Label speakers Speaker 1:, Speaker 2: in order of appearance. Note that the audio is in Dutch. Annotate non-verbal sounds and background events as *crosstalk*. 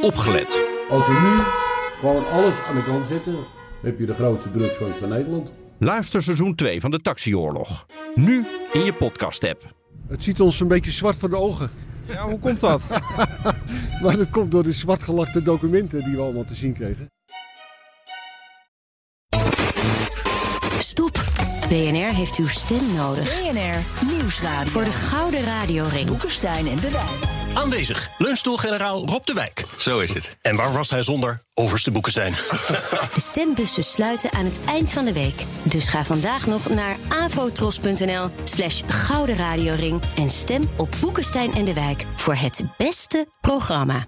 Speaker 1: Opgelet.
Speaker 2: Als we nu gewoon alles aan de kant zetten, heb je de grootste drugsfans van Nederland.
Speaker 1: Luister seizoen 2 van de Taxioorlog. Nu in je podcast-app.
Speaker 3: Het ziet ons een beetje zwart voor de ogen.
Speaker 4: Ja, hoe komt dat?
Speaker 3: *laughs* Maar dat komt door de zwartgelakte documenten die we allemaal te zien kregen.
Speaker 5: Stop. BNR heeft uw stem nodig.
Speaker 6: BNR Nieuwsradio.
Speaker 5: Voor de Gouden Radioring.
Speaker 6: Boekenstein en de Wijk.
Speaker 7: Aanwezig, lunchstoelgeneraal Rob de Wijk. Zo is het. En waar was hij zonder overste boeken zijn?
Speaker 5: De stembussen sluiten aan het eind van de week. Dus ga vandaag nog naar avotros.nl slash Gouden Radioring... en stem op Boekenstein en de Wijk voor het beste programma.